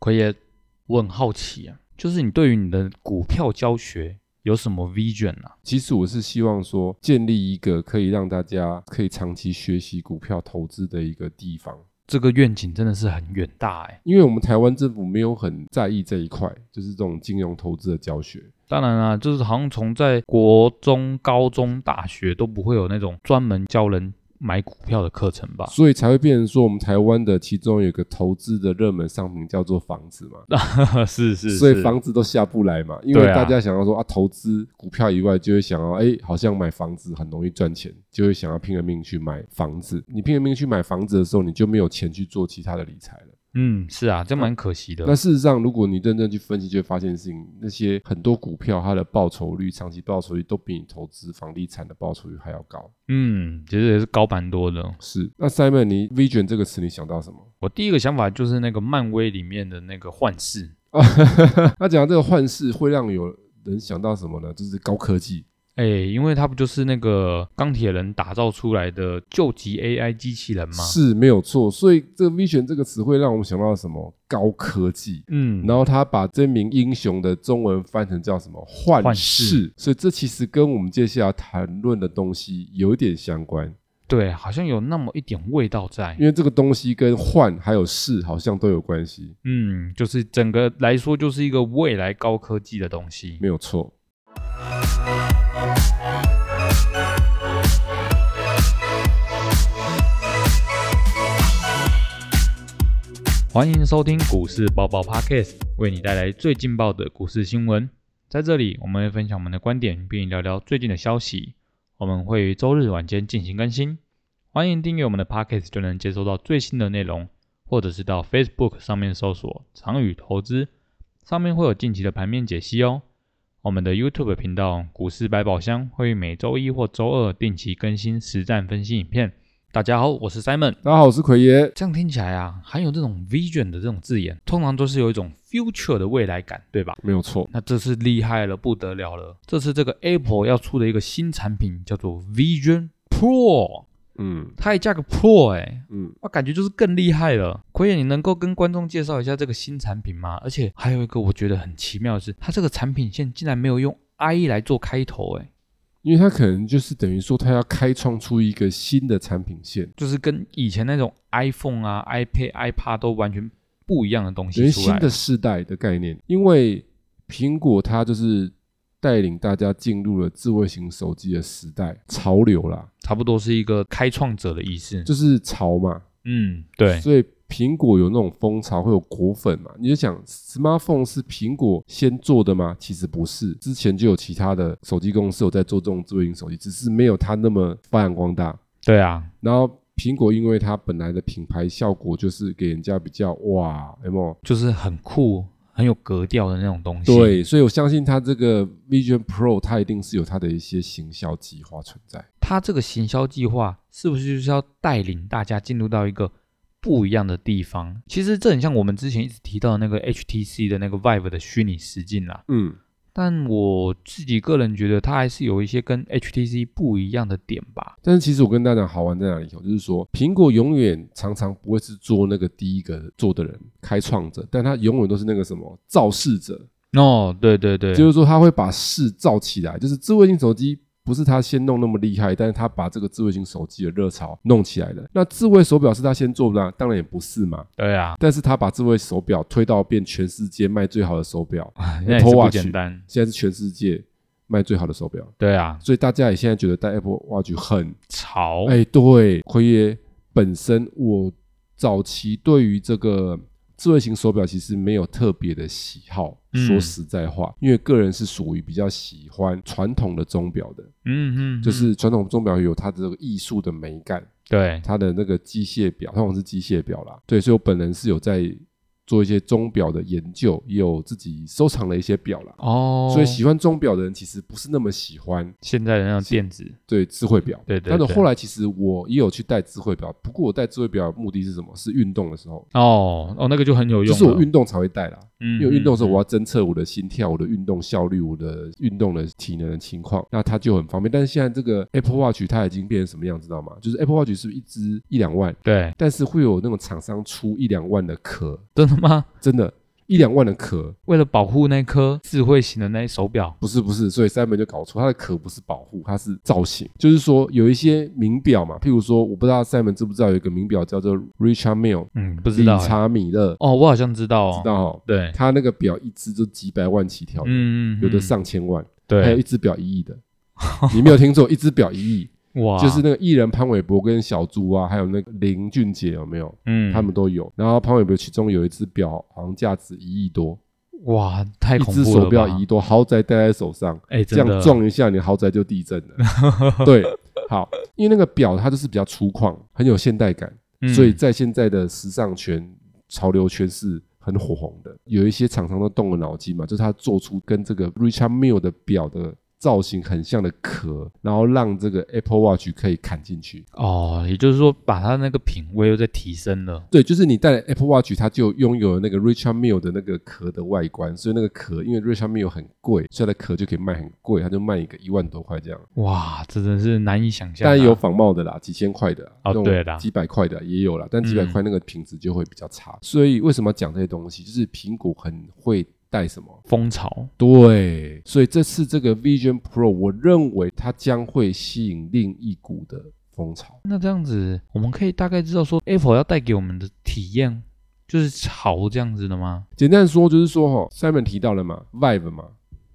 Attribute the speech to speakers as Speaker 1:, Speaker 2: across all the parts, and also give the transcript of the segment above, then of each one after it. Speaker 1: 我也我很好奇啊，就是你对于你的股票教学有什么 vision 啊？
Speaker 2: 其实我是希望说，建立一个可以让大家可以长期学习股票投资的一个地方，
Speaker 1: 这个愿景真的是很远大哎、
Speaker 2: 因为我们台湾政府没有很在意这一块，就是这种金融投资的教学。
Speaker 1: 当然啦，就是好像从在国中、高中、大学都不会有那种专门教人买股票的课程吧？
Speaker 2: 所以才会变成说，我们台湾的其中有一个投资的热门商品叫做房子嘛，
Speaker 1: 是 是
Speaker 2: 所以房子都下不来嘛，因为
Speaker 1: 对啊
Speaker 2: 大家想要说啊，投资股票以外，就会想要哎、好像买房子很容易赚钱，就会想要拼了命去买房子。你拼了命去买房子的时候，你就没有钱去做其他的理财了。
Speaker 1: 嗯是啊，这蛮可惜的。
Speaker 2: 那事实上，如果你认真去分析，就会发现事情那些很多股票它的报酬率、长期报酬率都比你投资房地产的报酬率还要高。
Speaker 1: 嗯，其实也是高蛮多的。
Speaker 2: 是，那 Simon，你 vision 这个词你想到什么？
Speaker 1: 我第一个想法就是那个漫威里面的那个幻视，
Speaker 2: 那讲到这个幻视，会让有人想到什么呢？就是高科技。
Speaker 1: 哎、因为它不就是那个钢铁人打造出来的救急 AI 机器人嗯吗？
Speaker 2: 是没有错，所以这个 vision 这个词汇让我们想到什么高科技，
Speaker 1: 嗯，
Speaker 2: 然后他把这名英雄的中文翻成叫什么幻
Speaker 1: 幻
Speaker 2: 视
Speaker 1: 视，
Speaker 2: 所以这其实跟我们接下来谈论的东西有一点相关，
Speaker 1: 对，好像有那么一点味道在。
Speaker 2: 因为这个东西跟幻还有视好像都有关系，
Speaker 1: 嗯，就是整个来说就是一个未来高科技的东西。
Speaker 2: 没有错。
Speaker 1: 欢迎收听股市爆爆 Podcast，为你带来最劲爆的股市新闻。在这里，我们会分享我们的观点，并聊聊最近的消息。我们会于周日晚间进行更新，欢迎订阅我们的 Podcast，就能接收到最新的内容，或者是到 Facebook 上面搜索“长宇投资”，上面会有近期的盘面解析哦。我们的 YouTube 频道“股市百宝箱”会于每周一或周二定期更新实战分析影片。大家好，我是 Simon。
Speaker 2: 大家好，我是奎爷，
Speaker 1: 这样听起来啊，含有这种 vision 的这种字眼，通常都是有一种 future 的未来感，对吧？
Speaker 2: 没有错，
Speaker 1: 那这次厉害了，不得了了！这次这个 Apple 要出的一个新产品叫做 Vision Pro，
Speaker 2: 嗯
Speaker 1: 它还加个 Pro，哎、
Speaker 2: 嗯，
Speaker 1: 我感觉就是更厉害了。奎爷，你能够跟观众介绍一下这个新产品吗？而且还有一个我觉得很奇妙的是，它这个产品线竟然没有用 IE 来做开头、哎，
Speaker 2: 因为他可能就是等于说他要开创出一个新的产品线，
Speaker 1: 就是跟以前那种 iPhone 啊、iPad、iPad 都完全不一样的东
Speaker 2: 等于
Speaker 1: 西出
Speaker 2: 新
Speaker 1: 来
Speaker 2: 的
Speaker 1: 了。
Speaker 2: 世代的概念，因为苹果它就是带领大家进入了智慧型手机的时代潮流啦，
Speaker 1: 差不多是一个开创者的意思。
Speaker 2: 就是潮嘛，
Speaker 1: 嗯，对，
Speaker 2: 所以苹果有那种风潮，会有果粉嘛。你就想，smartphone 是苹果先做的吗？其实不是，之前就有其他的手机公司有在做这种智慧型手机，只是没有它那么发扬光大。
Speaker 1: 对啊，
Speaker 2: 然后苹果因为它本来的品牌效果就是给人家比较哇，有没有？
Speaker 1: 就是很酷、很有格调的那种东西。，
Speaker 2: 对，所以我相信它这个 Vision Pro，它一定是有它的一些行销计划存在。
Speaker 1: 它这个行销计划是不是就是要带领大家进入到一个不一样的地方？其实这很像我们之前一直提到的那个 HTC 的那个 Vive 的虚拟实境啦。
Speaker 2: 嗯，
Speaker 1: 但我自己个人觉得，它还是有一些跟 HTC 不一样的点吧。
Speaker 2: 但是其实我跟大家讲好玩在哪里哦，就是说苹果永远常常不会是做那个第一个做的人、开创者，但它永远都是那个什么造势者，
Speaker 1: 哦，对对对，
Speaker 2: 就是说它会把事造起来，就是智慧型手机。不是它先弄那么厉害，但是它把这个智慧型手机的热潮弄起来了。那智慧手表是它先做的啊，当然也不是嘛。
Speaker 1: 对 啊，
Speaker 2: 但是它把智慧手表推到变全世界卖最好的手表，
Speaker 1: 那也是
Speaker 2: Apple
Speaker 1: 不
Speaker 2: Watch
Speaker 1: 简单。
Speaker 2: 现在是全世界卖最好的手表，
Speaker 1: 对啊，
Speaker 2: 所以大家也现在觉得戴 Apple Watch 很
Speaker 1: 潮，
Speaker 2: 哎、对，奎爷本身我早期对于这个智慧型手表其实没有特别的喜好，
Speaker 1: 嗯
Speaker 2: 说实在话，因为个人是属于比较喜欢传统的钟表的，
Speaker 1: 嗯嗯，
Speaker 2: 就
Speaker 1: 嗯
Speaker 2: 是传统钟表有它的这个艺术的美感，
Speaker 1: 对，
Speaker 2: 它的那个机械表，通常是机械表啦，对，所以我本人是有在做一些钟表的研究，也有自己收藏了一些表啦。
Speaker 1: 哦，
Speaker 2: 所以喜欢钟表的人其实不是那么喜欢
Speaker 1: 现在的那种电子，
Speaker 2: 对智慧表，
Speaker 1: 对对
Speaker 2: 但是
Speaker 1: 对
Speaker 2: 后来其实我也有去戴智慧表，不过我戴智慧表的目的是什么？是运动的时候，
Speaker 1: 哦哦，那个就很有用
Speaker 2: 就
Speaker 1: 了，
Speaker 2: 是我运动才会戴啦。
Speaker 1: 嗯，
Speaker 2: 因为运动的时候，
Speaker 1: 嗯
Speaker 2: 我要侦测我的心跳、我的运动效率、我的运动的体能的情况，那它就很方便。但是现在这个 Apple Watch 它已经变成什么样，知道吗？就是 Apple Watch 是不是一只一两万，
Speaker 1: 对，
Speaker 2: 但是会有那种厂商出一两万的壳，
Speaker 1: 真的吗？
Speaker 2: 真的。一两万的壳，
Speaker 1: 为了保护那颗智慧型的那手表，
Speaker 2: 不是不是，所以三本就搞错，它的壳不是保护，它是造型。就是说有一些名表嘛，譬如说，我不知道三本知不知道有一个名表叫做 Richard Mille，
Speaker 1: 嗯，不知
Speaker 2: 理
Speaker 1: 道欸
Speaker 2: 查米勒，
Speaker 1: 哦，我好像知道
Speaker 2: 知
Speaker 1: 哦，
Speaker 2: 道哦，
Speaker 1: 对，
Speaker 2: 他那个表一只就几百万起跳的，
Speaker 1: 嗯，嗯
Speaker 2: 有的
Speaker 1: 嗯
Speaker 2: 上千万，还有
Speaker 1: 对，
Speaker 2: 一只表一 亿的。你没有听错，一只表一亿，
Speaker 1: 哇，
Speaker 2: 就是那个艺人潘玮柏跟小猪啊，还有那个林俊杰有没有？
Speaker 1: 嗯，
Speaker 2: 他们都有。然后潘玮柏其中有一只表，好像价值一亿多，
Speaker 1: 哇，太
Speaker 2: 一
Speaker 1: 恐
Speaker 2: 只
Speaker 1: 怖了吧，
Speaker 2: 手表一亿多，豪宅戴在手上，
Speaker 1: 哎，
Speaker 2: 这
Speaker 1: 真
Speaker 2: 样
Speaker 1: 的
Speaker 2: 撞一下，你豪宅就地震 了。对，好，因为那个表它就是比较粗犷，很有现代感，
Speaker 1: 嗯
Speaker 2: 所以在现在的时尚圈、潮流圈是。很火红的，有一些厂商都动了脑筋嘛，就是他做出跟这个 Richard Mille 的表的造型很像的壳，然后让这个 Apple Watch 可以砍进去。
Speaker 1: 哦，也就是说，把他那个品味又在提升了。
Speaker 2: 对，就是你戴了 Apple Watch，它就拥有了那个 Richard Mille 的那个壳的外观，所以那个壳因为 Richard Mille 很贵，所以它的壳就可以卖很贵，它就卖一个一万多块这样。
Speaker 1: 哇，这真是难以想象、啊。
Speaker 2: 当然有仿冒的啦，几千块的
Speaker 1: 哦
Speaker 2: 啊，那种
Speaker 1: 对啦嗯
Speaker 2: 几百块的啊也有啦，但几百块那个品质就会比较差。所以为什么要讲这些东西？就是苹果很会带什么？
Speaker 1: 风潮，
Speaker 2: 对，所以这次这个 Vision Pro，我认为它将会吸引另一股的风潮。
Speaker 1: 那这样子，我们可以大概知道说，Apple 要带给我们的体验就是潮这样子的吗？
Speaker 2: 简单说就是说哈，Simon 提到了嘛，Vive 嘛，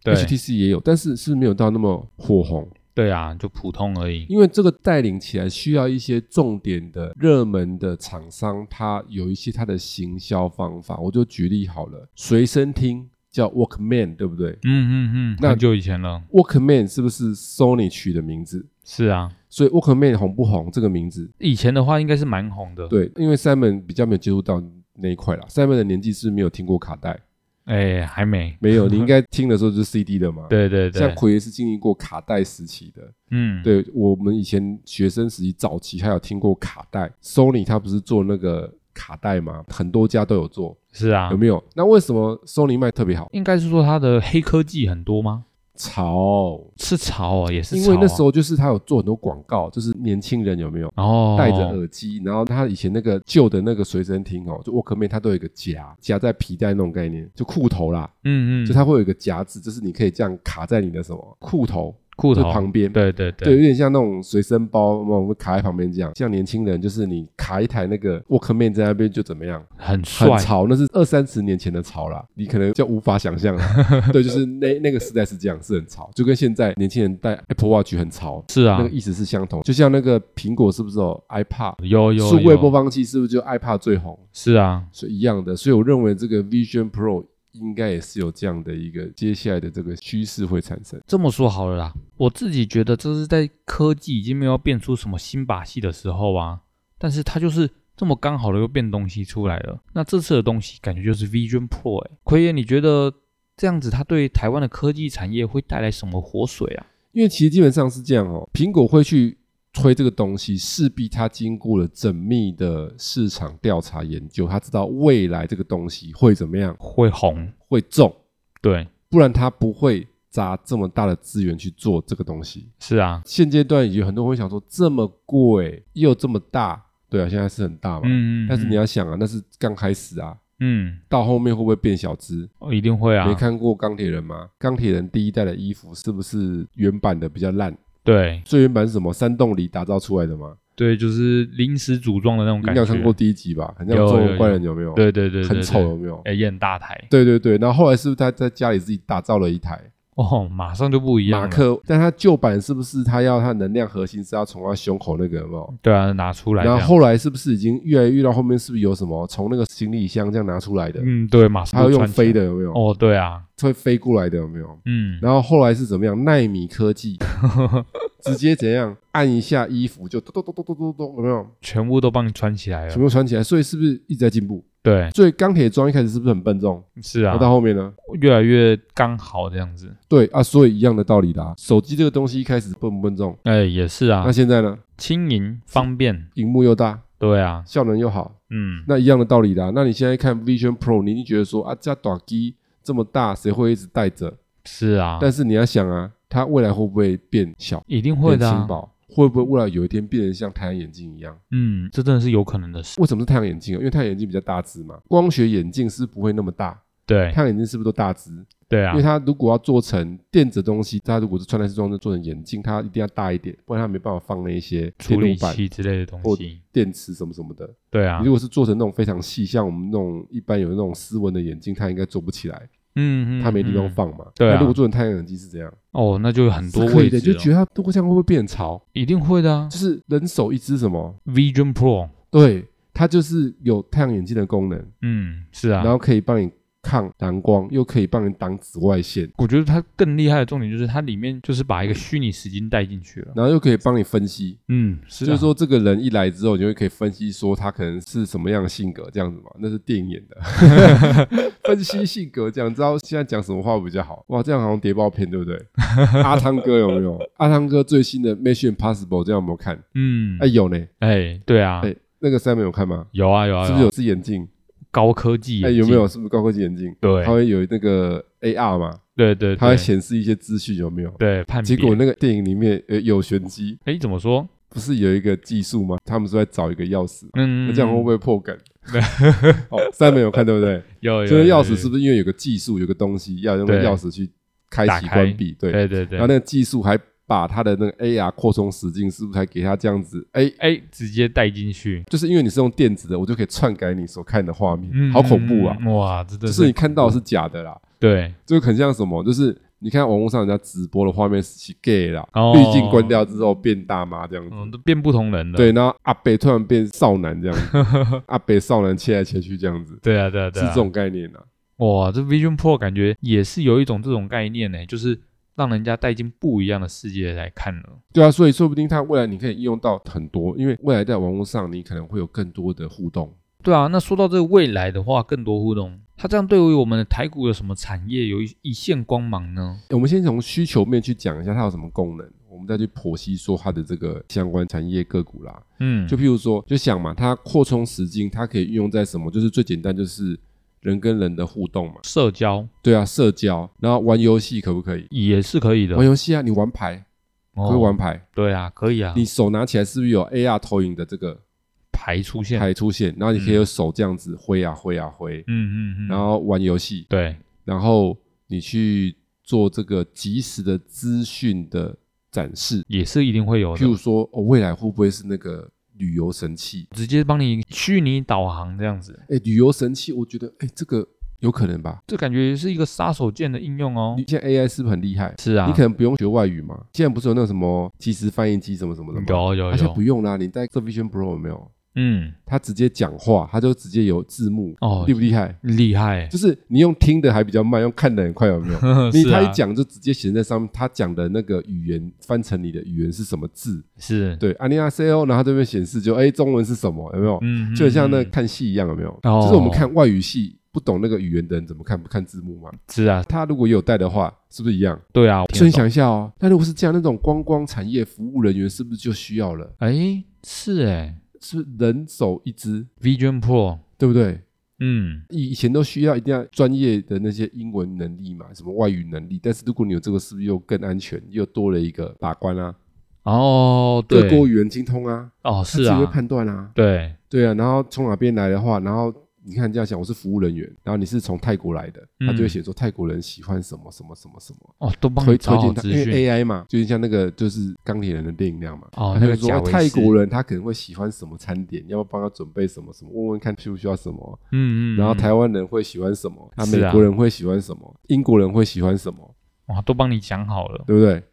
Speaker 1: 对
Speaker 2: HTC 也有，但是是没有到那么火红，
Speaker 1: 对啊，就普通而已。
Speaker 2: 因为这个带领起来需要一些重点的热门的厂商，它有一些它的行销方法。我就举例好了，随身听叫 Walkman，对不对
Speaker 1: 嗯嗯嗯，
Speaker 2: 那
Speaker 1: 很久以前了。
Speaker 2: ？Walkman 是不是 Sony 取的名字？
Speaker 1: 是啊，
Speaker 2: 所以 Walkman 红不红这个名字？
Speaker 1: 以前的话应该是蛮红的。，
Speaker 2: 对，因为 Simon 比较没有接触到那一块啦。Simon 的年纪是没有听过卡带，
Speaker 1: 哎，还没。
Speaker 2: 没有，你应该听的时候就是 CD 的嘛。。
Speaker 1: 对对
Speaker 2: 像
Speaker 1: 对，
Speaker 2: 奎爷是经历过卡带时期的，
Speaker 1: 嗯，
Speaker 2: 对我们以前学生时期早期还有听过卡带，Sony 它不是做那个卡带吗？很多家都有做，
Speaker 1: 是啊
Speaker 2: 有，没有？那为什么 Sony 卖特别好？
Speaker 1: 应该是说它的黑科技很多吗？
Speaker 2: 潮，
Speaker 1: 是潮哦，也是
Speaker 2: 因
Speaker 1: 潮、哦。
Speaker 2: 为那时，候就是他有做很多广告，就是年轻人有没有？
Speaker 1: 然后
Speaker 2: 戴着耳机，然后他以前那个旧的那个随身听哦，就 Walkman 它都有一个夹，夹在皮带那种概念，就裤头啦，
Speaker 1: 嗯嗯，
Speaker 2: 就它会有一个夹子，就是你可以这样卡在你的什么裤头，
Speaker 1: 裤
Speaker 2: 就
Speaker 1: 头
Speaker 2: 旁边，
Speaker 1: 对对
Speaker 2: 对，有点像那种随身包，我们卡在旁边这样。像年轻人，就是你卡一台那个 Walkman 在那边就怎么样，
Speaker 1: 很帅
Speaker 2: 很，潮，那是二三十年前的潮啦，你可能就无法想象 啦。对，就是那那个时代是这样，是很潮，就跟现在年轻人戴 Apple Watch 很潮，
Speaker 1: 是啊
Speaker 2: 那个，意思是相同。就像那个苹果是不是有 iPad？
Speaker 1: 有有
Speaker 2: 数位
Speaker 1: 有
Speaker 2: 播放器是不是就 iPad 最红？
Speaker 1: 是啊，
Speaker 2: 所以一样的，所以我认为这个 Vision Pro 应该也是有这样的一个接下来的这个趋势会产生。
Speaker 1: 这么说好了啦，我自己觉得这是在科技已经没有变出什么新把戏的时候啊，但是它就是这么刚好的又变东西出来了。那这次的东西感觉就是 Vision Pro 哎、奎爷，你觉得这样子它对台湾的科技产业会带来什么活水啊？
Speaker 2: 因为其实基本上是这样哦，苹果会去推这个东西，势必它经过了缜密的市场调查研究，它知道未来这个东西会怎么样，
Speaker 1: 会红，
Speaker 2: 会中，
Speaker 1: 对，
Speaker 2: 不然它不会砸这么大的资源去做这个东西。
Speaker 1: 是啊，
Speaker 2: 现阶段有很多人会想说，这么贵又这么大，对啊，现在是很大嘛，
Speaker 1: 嗯嗯，
Speaker 2: 但是你
Speaker 1: 要，
Speaker 2: 要想啊，那是刚开始啊，
Speaker 1: 嗯，
Speaker 2: 到后面会不会变小只？
Speaker 1: 哦，一定会啊，
Speaker 2: 没看过钢铁人吗？钢铁人第一代的衣服是不是原版的比较烂？
Speaker 1: 对
Speaker 2: 最原版是什么？山洞里打造出来的吗？
Speaker 1: 对，就是临时组装的那种
Speaker 2: 你应
Speaker 1: 感
Speaker 2: 该
Speaker 1: 觉。
Speaker 2: 有看过第一集吧？很像
Speaker 1: 有
Speaker 2: 中
Speaker 1: 有
Speaker 2: 国
Speaker 1: 有
Speaker 2: 怪人有没有？
Speaker 1: 对对对对，
Speaker 2: 很丑
Speaker 1: 对
Speaker 2: 有没有？
Speaker 1: 哎，也很大台
Speaker 2: 对对对，然后后来是不是他在家里自己打造了一台
Speaker 1: 哦，马上就不一样
Speaker 2: 马
Speaker 1: 了。
Speaker 2: 克？但他旧版是不是他要他能量核心是要从他胸口那个有没有？
Speaker 1: 对啊，拿出来这
Speaker 2: 然
Speaker 1: 样。
Speaker 2: 后后来是不是已经越来越到后面是不是有什么从那个行李箱这样拿出来的？
Speaker 1: 嗯，对，马上
Speaker 2: 还有
Speaker 1: 就
Speaker 2: 用
Speaker 1: 穿起来
Speaker 2: 飞的有没有？
Speaker 1: 哦，对啊，
Speaker 2: 会飞过来的有没有？
Speaker 1: 嗯，
Speaker 2: 然后后来是怎么样？纳米 科技直接怎样按一下衣服就咚咚咚咚咚咚咚有没有？
Speaker 1: 全部都帮你穿起来
Speaker 2: 全
Speaker 1: 了。
Speaker 2: 部穿起来，所以是不是一直在进步？
Speaker 1: 对，
Speaker 2: 所以钢铁装一开始是不是很笨重？
Speaker 1: 是
Speaker 2: 那
Speaker 1: 啊，
Speaker 2: 到后面呢？
Speaker 1: 越来越刚好这样子。
Speaker 2: 对啊，所以一样的道理啦。手机这个东西一开始笨不笨重？
Speaker 1: 哎，也是啊
Speaker 2: 那，现在呢？
Speaker 1: 轻盈方便。
Speaker 2: 荧幕又大，
Speaker 1: 对啊，
Speaker 2: 效能又好，
Speaker 1: 嗯，
Speaker 2: 那一样的道理啦。那你现在看 Vision Pro，你一定觉得说啊，这短机这么大，谁会一直带着？
Speaker 1: 是啊，
Speaker 2: 但是你要想啊，它未来会不会变小、
Speaker 1: 一定会
Speaker 2: 变
Speaker 1: 的
Speaker 2: 轻
Speaker 1: 啊。
Speaker 2: 薄？会不会未来有一天变得像太阳眼镜一样？
Speaker 1: 嗯，这真的是有可能的事。
Speaker 2: 为什么是太阳眼镜啊？因为太阳眼镜比较大只嘛，光学眼镜是不会那么大，
Speaker 1: 对
Speaker 2: 太阳眼镜是不是都大只？
Speaker 1: 对啊
Speaker 2: 因为，它如果要做成电子的东西，它如果是穿戴式装置做成眼镜，它一定要大一点，不然它没办法放那一些
Speaker 1: 处
Speaker 2: 电
Speaker 1: 理
Speaker 2: 路板、
Speaker 1: 器之类的东
Speaker 2: 或
Speaker 1: 西，
Speaker 2: 电池什么什么的。
Speaker 1: 对啊
Speaker 2: 你，如果是做成那种非常细，像我们那种一般有那种斯文的眼镜，它应该做不起来，
Speaker 1: 嗯，嗯
Speaker 2: 它没地方
Speaker 1: 嗯
Speaker 2: 放嘛。
Speaker 1: 对啊
Speaker 2: 那如果做成太阳眼镜是这样，
Speaker 1: 哦，那就有很多
Speaker 2: 是可
Speaker 1: 位
Speaker 2: 以的，
Speaker 1: 置
Speaker 2: 就
Speaker 1: 哦，
Speaker 2: 觉得它如果这样会不会变潮？
Speaker 1: 一定会的啊
Speaker 2: 就是人手一只什么？
Speaker 1: ，Vision Pro，
Speaker 2: 对，它就是有太阳眼镜的功能，
Speaker 1: 嗯，是啊
Speaker 2: 然，后可以帮你抗蓝光，又可以帮你挡紫外线，
Speaker 1: 我觉得它更厉害的重点就是它里面就是把一个虚拟时间带进去了，
Speaker 2: 然后又可以帮你分析。
Speaker 1: 嗯，是啊
Speaker 2: 就是说，这个人一来之后，你就会可以分析说他可能是什么样的性格，这样子嘛？那是电影演的， 分析性格这样，知道现在讲什么话比较好。哇，这样好像谍报片，对不 对？阿汤哥有没有？阿汤哥最新的《Mission Possible》这样有没有看？
Speaker 1: 嗯
Speaker 2: 哎，，有呢。
Speaker 1: 哎，对啊，
Speaker 2: 哎，那个 Simon 有看吗？
Speaker 1: 有啊有啊，
Speaker 2: 是不是
Speaker 1: 有
Speaker 2: 有
Speaker 1: 啊
Speaker 2: 自眼镜？
Speaker 1: 高科技？
Speaker 2: 哎，有没？有？是不是高科技眼镜？
Speaker 1: 对
Speaker 2: 它会有那个 AR 嘛？
Speaker 1: 对对，
Speaker 2: 它会
Speaker 1: 对
Speaker 2: 显示一些资讯，有没有？
Speaker 1: 对判
Speaker 2: 结
Speaker 1: 别。
Speaker 2: 果那个电影里面呃有玄机，
Speaker 1: 哎，怎么说？
Speaker 2: 不是有一个技术吗？他们是在找一个钥匙。
Speaker 1: 嗯，
Speaker 2: 那这样会不会破梗？ 哦，三门有看对不 对？
Speaker 1: 有有
Speaker 2: 这个
Speaker 1: 有
Speaker 2: 钥
Speaker 1: 有
Speaker 2: 匙是不是因为有个技术，有个东西要用
Speaker 1: 对
Speaker 2: 钥匙去开
Speaker 1: 打
Speaker 2: 启、
Speaker 1: 开
Speaker 2: 关闭？对，
Speaker 1: 对对对
Speaker 2: 然后，那个技术还把它的那个 AR 扩充实境，是不是还给它这样子？哎，
Speaker 1: 哎，直接带进去，
Speaker 2: 就是因为你是用电子的，我就可以篡改你所看的画面，
Speaker 1: 嗯，
Speaker 2: 好恐怖啊！
Speaker 1: 嗯！哇，真的
Speaker 2: 就是你看到的是假的啦，
Speaker 1: 对
Speaker 2: 就很像什么，就是你看网络上人家直播的画面是 gay 啦，
Speaker 1: 哦
Speaker 2: 滤镜关掉之后变大妈这样子。
Speaker 1: 嗯，都变不同人了。
Speaker 2: 对，然后阿北突然变少男这样子， 阿北少男切来切去这样子，
Speaker 1: 对啊，对啊，
Speaker 2: 是
Speaker 1: 对啊，
Speaker 2: 这种概念啊。
Speaker 1: 哇，这 Vision Pro 感觉也是有一种这种概念呢，就是让人家带进不一样的世界来看了。
Speaker 2: 对啊，所以说不定它未来你可以应用到很多，因为未来在网络上你可能会有更多的互动。
Speaker 1: 对啊，那说到这个未来的话，更多互动，它这样对于我们的台股有什么产业有一一线光芒呢？
Speaker 2: 我们先从需求面去讲一下它有什么功能，我们再去剖析说它的这个相关产业个股啦。
Speaker 1: 嗯，
Speaker 2: 就譬如说，就想嘛，它扩充实境，它可以运用在什么？就是最简单就是人跟人的互动嘛。
Speaker 1: 社交
Speaker 2: 对啊，社交，然后玩游戏可不可以？
Speaker 1: 也是可以的，
Speaker 2: 玩游戏啊，你玩牌，
Speaker 1: 哦
Speaker 2: 会玩牌，
Speaker 1: 对啊，可以啊，
Speaker 2: 你手拿起来是不是有 AR 投影的这个
Speaker 1: 牌出现，
Speaker 2: 牌出现？然后你可以用手这样子挥啊挥啊挥，
Speaker 1: 嗯嗯嗯嗯，
Speaker 2: 然后玩游戏。
Speaker 1: 对，
Speaker 2: 然后你去做这个及时的资讯的展示，
Speaker 1: 也是一定会有
Speaker 2: 譬如
Speaker 1: 的，
Speaker 2: 说、哦、未来会不会是那个旅游神器？
Speaker 1: 直接帮你虚拟导航这样子，
Speaker 2: 哎，旅游神器，我觉得哎，这个有可能吧？
Speaker 1: 这感觉是一个杀手锏的应用哦
Speaker 2: 你。现在 AI 是不是很厉害？
Speaker 1: 是啊，
Speaker 2: 你可能不用学外语嘛？现在不是有那个什么即时翻译机什么什么的吗？
Speaker 1: 有有
Speaker 2: 而且不
Speaker 1: 有，
Speaker 2: 用啦，你带 s u b v i s i o n Pro 有没有？
Speaker 1: 嗯，
Speaker 2: 它直接讲话，它就直接有字幕，
Speaker 1: 哦
Speaker 2: 厉，不厉害？
Speaker 1: 厉害，
Speaker 2: 就是你用听的还比较慢，用看的很快，有没有？你
Speaker 1: 是
Speaker 2: 他
Speaker 1: 啊
Speaker 2: 一，讲就直接显示在上面，他讲的那个语言翻成你的语言是什么字？
Speaker 1: 是，
Speaker 2: 对，安尼亚 C O，然后这边显示就哎、中文是什么？有没有？
Speaker 1: 嗯，
Speaker 2: 就很像那个
Speaker 1: 嗯嗯
Speaker 2: 看戏一样，有没有？
Speaker 1: 哦
Speaker 2: 就是我们看外语戏，不懂那个语言的人怎么看？不看字幕嘛？
Speaker 1: 是啊，
Speaker 2: 他如果也有带的话，是不是一样？
Speaker 1: 对啊，
Speaker 2: 所以你想一下哦，那如果是这样，那种观光产业服务人员是不是就需要了？
Speaker 1: 哎，是哎
Speaker 2: 是不是人手一只，
Speaker 1: ，Vision Pro，
Speaker 2: 对不对？
Speaker 1: 嗯，
Speaker 2: 以以前都需要一定要专业的那些英文能力嘛，什么外语能力，但是如果你有这个，是不是又更安全，又多了一个把关啊？
Speaker 1: 哦，
Speaker 2: 各
Speaker 1: 对，
Speaker 2: 国语言精通啊，
Speaker 1: 哦，
Speaker 2: 他自
Speaker 1: 是
Speaker 2: 己会
Speaker 1: 啊，
Speaker 2: 判断啊，
Speaker 1: 对，
Speaker 2: 对啊，然后从哪边来的话，然后你看这样想，我是服务人员，然后你是从泰国来的，
Speaker 1: 嗯
Speaker 2: 他就会写说泰国人喜欢什么什么什么什么，
Speaker 1: 哦，都帮你
Speaker 2: 推
Speaker 1: 找
Speaker 2: 推
Speaker 1: 好
Speaker 2: 荐他，
Speaker 1: 资
Speaker 2: 因为
Speaker 1: 讯，
Speaker 2: AI 嘛，就像那个就是钢铁人的电影那样嘛，
Speaker 1: 哦那
Speaker 2: 他
Speaker 1: 个
Speaker 2: 就会说
Speaker 1: 贾
Speaker 2: 哎
Speaker 1: 维
Speaker 2: 泰
Speaker 1: 斯
Speaker 2: 国人他可能会喜欢什么餐点，要不要帮他准备什么什么，问问看需不需要什么，
Speaker 1: 嗯嗯，
Speaker 2: 然后
Speaker 1: 嗯
Speaker 2: 台湾人会喜欢什么，啊，
Speaker 1: 是
Speaker 2: 美
Speaker 1: 啊
Speaker 2: 国人会喜欢什么，英国人会喜欢什么，
Speaker 1: 哇，都帮你讲好了，
Speaker 2: 对不对？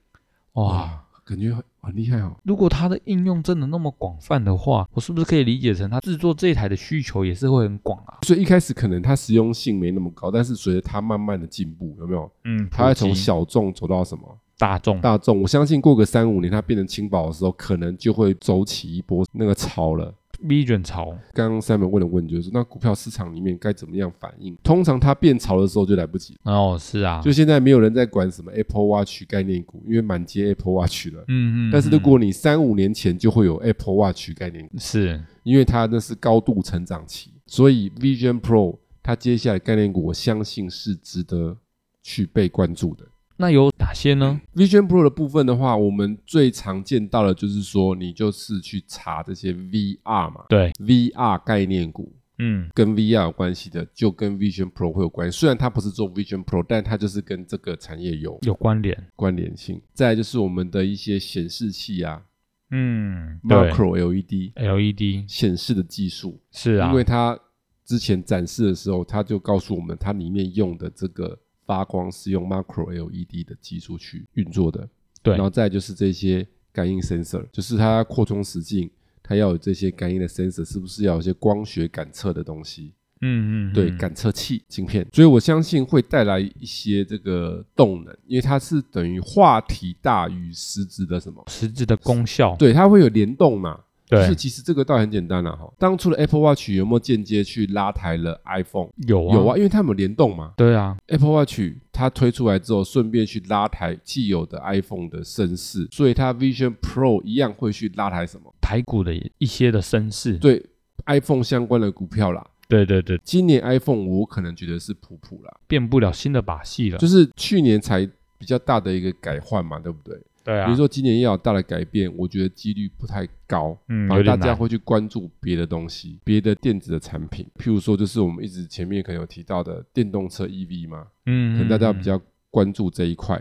Speaker 1: 哇。
Speaker 2: 哇，感觉很很厉害哦。
Speaker 1: 如果它的应用真的那么广泛的话，我是不是可以理解成它制作这一台的需求也是会很广啊？
Speaker 2: 所以一开始可能它实用性没那么高，但是随着它慢慢的进步，有没有？
Speaker 1: 嗯，
Speaker 2: 它会从
Speaker 1: 普及
Speaker 2: 小众走到什么
Speaker 1: 大众，
Speaker 2: 大众？我相信过个三五年，它变成轻薄的时候，可能就会走起一波那个潮了。
Speaker 1: Vision 潮，
Speaker 2: 刚刚 Simon 问的问题就是，那股票市场里面该怎么样反应？通常它变潮的时候就来不及了，
Speaker 1: 哦，是啊，
Speaker 2: 就现在没有人在管什么 Apple Watch 概念股，因为满街 Apple Watch 了。
Speaker 1: 嗯嗯，
Speaker 2: 但是如
Speaker 1: 嗯
Speaker 2: 果你三五年前就会有 Apple Watch 概念股，
Speaker 1: 是
Speaker 2: 因为它那是高度成长期，所以 Vision Pro 它接下来概念股，我相信是值得去被关注的。
Speaker 1: 那有哪些呢？
Speaker 2: Vision Pro 的部分的话，我们最常见到的就是说，你就是去查这些 VR 嘛
Speaker 1: 对，
Speaker 2: ，VR 概念股，
Speaker 1: 嗯
Speaker 2: 跟 VR 有关系的，就跟 Vision Pro 会有关系。虽然它不是做 Vision Pro，但它就是跟这个产业有
Speaker 1: 有关联，
Speaker 2: 关联性。再来就是我们的一些显示器啊
Speaker 1: 嗯，对
Speaker 2: ，Macro LED
Speaker 1: ，LED
Speaker 2: 显示的技术，
Speaker 1: 是啊，
Speaker 2: 因为它之前展示的时候，它就告诉我们，它里面用的这个发光是用 Macro LED 的技术去运作的。
Speaker 1: 对
Speaker 2: 然后再就是这些感应 sensor，就是它扩充实境，它要有这些感应的 sensor，是不是要有一些光学感测的东西？
Speaker 1: 嗯嗯，
Speaker 2: 对，
Speaker 1: 嗯
Speaker 2: 感测器晶片，所以我相信会带来一些这个动能，因为它是等于话题大于实质的什么？
Speaker 1: 实质的功效，
Speaker 2: 对，它会有联动嘛？就
Speaker 1: 对
Speaker 2: 是，其实这个倒很简单啦、哈。当初的 Apple Watch 有没有间接去拉抬了 iPhone？
Speaker 1: 有啊
Speaker 2: 有啊，，因为它们有联动嘛。
Speaker 1: 对啊，
Speaker 2: Apple Watch 它推出来之后，顺便去拉抬既有的 iPhone 的声势，所以它 Vision Pro 一样会去拉抬什么？
Speaker 1: 台股的一些的身世，
Speaker 2: 对 iPhone 相关的股票啦。
Speaker 1: 对对对，
Speaker 2: 今年 iPhone 我可能觉得是普普啦，
Speaker 1: 变不了新的把戏了，
Speaker 2: 就是去年才比较大的一个改换嘛，对不对？
Speaker 1: 对啊，
Speaker 2: 比如说今年要有大的改变，我觉得几率不太高，
Speaker 1: 嗯
Speaker 2: 反
Speaker 1: 有
Speaker 2: 而大
Speaker 1: 点
Speaker 2: 家
Speaker 1: 难
Speaker 2: 会去关注别的东西，别的电子的产品，譬如说就是我们一直前面可能有提到的电动车 EV 嘛，可
Speaker 1: 嗯，
Speaker 2: 能大家比
Speaker 1: 嗯
Speaker 2: 较关注这一块、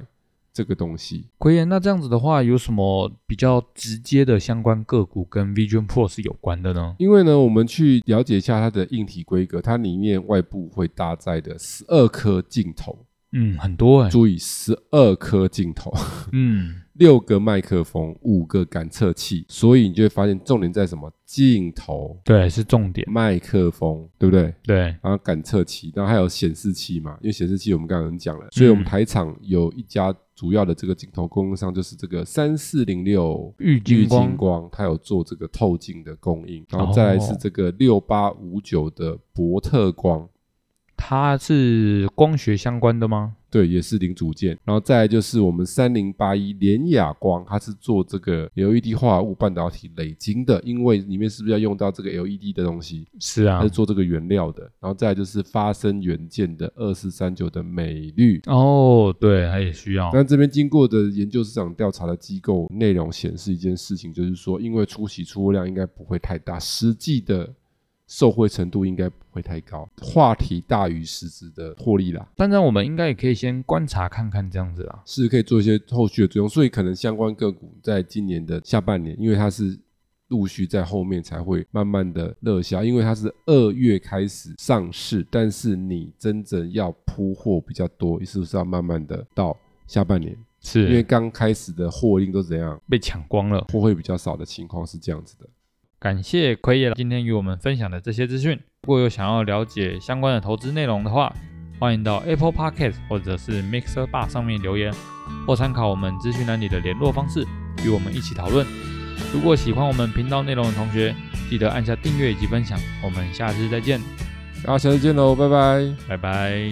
Speaker 2: 这个东西。
Speaker 1: 奎爷，那这样子的话，有什么比较直接的相关个股跟 Vision Pro 是有关的呢？
Speaker 2: 因为呢，我们去了解一下它的硬体规格，它里面外部会搭载的十二颗镜头，
Speaker 1: 嗯，很多哎、
Speaker 2: 注意十二颗镜头，
Speaker 1: 嗯，
Speaker 2: 六个麦克风，五个感测器，所以你就会发现重点在什么？镜头、
Speaker 1: 对，是重点，
Speaker 2: 麦克风，对不对？
Speaker 1: 对，
Speaker 2: 然后感测器，然后还有显示器嘛，因为显示器我们刚刚已经讲了，所以我们台厂有一家主要的这个镜头供应商就是这个三四零六
Speaker 1: 郁金光
Speaker 2: 金光，它有做这个透镜的供应，然后再来是这个六八五九的博特光，
Speaker 1: 它是光学相关的吗？
Speaker 2: 对，也是零组件，然后再来就是我们三零八一联雅光，它是做这个 LED 化合物半导体累晶的，因为里面是不是要用到这个 LED 的东西？
Speaker 1: 是啊
Speaker 2: 它是，做这个原料的，然后再来就是发生元件的二四三九的美绿。
Speaker 1: 哦，对，它也需要，
Speaker 2: 那这边经过的研究市场调查的机构内容显示一件事情，就是说，因为出席出货量应该不会太大，实际的受惠程度应该不会太高，话题大于实质的获利啦，
Speaker 1: 当然我们应该也可以先观察看看这样子啦。
Speaker 2: 是可以做一些后续的追踪，所以可能相关个股在今年的下半年，因为它是。陆续在后面才会慢慢的热销，因为它是二月开始上市，但是你真正要铺货比较多，是不是要慢慢的到下半年？
Speaker 1: 是，
Speaker 2: 因为刚开始的货运都怎样，
Speaker 1: 被抢光了。
Speaker 2: 货会比较少的情况是这样子的。
Speaker 1: 感谢奎爷今天与我们分享的这些资讯。如果有想要了解相关的投资内容的话，欢迎到 Apple Podcast 或者是 Mixer Bar 上面留言，或参考我们资讯栏里的联络方式，与我们一起讨论。如果喜欢我们频道内容的同学，记得按下订阅以及分享。我们下次再见，
Speaker 2: 大家下次见喽，拜拜。
Speaker 1: 拜拜。